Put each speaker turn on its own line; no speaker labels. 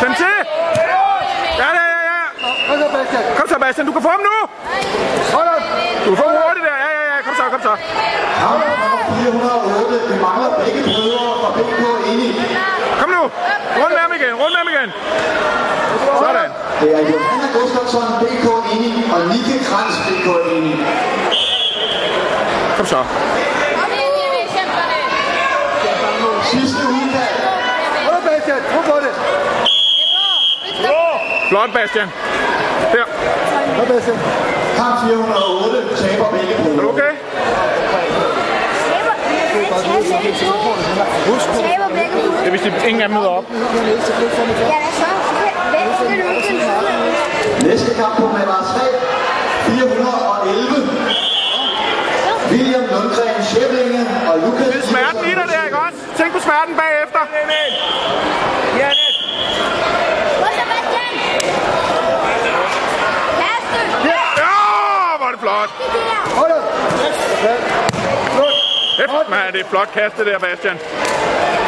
Sensei! Ja, ja, ja, ja!
Kom så, Bastian.
Kom så, Bastian, du kan få ham nu!
Sådan.
Du kan få ham hurtigt der, ja, ja, ja, kom så, kom så.
Havn nummer 408. Vi mangler begge brødre fra BK Enig.
Kom nu! Rund med ham igen, rund med ham igen! Sådan.
Det er Johanna Gustafsson, BK Enig og Nike Kranz, BK Enig.
Kom så.
Sidste udkald. Kom så, Bastian. Tro på det.
Flot, Bastian. Der,
Kom, Bastian. Kamp 408 taber begge
er du
brødre.
okay?
Taber begge
Det er, hvis de ingen af dem møder op.
Ja, hvad så? Hvem skal du ikke finde
Næste kamp på Mandar 3. 411. William Lundgren, Schæblinge og Lukas...
Det er smerten i dig der, ikke også? Tænk på smerten bagefter.
Hvor så, Bastian? Kaste!
Ja, hvor er det flot.
Det der!
Hæft, man, det er et flot kastet der, Bastian.
Kom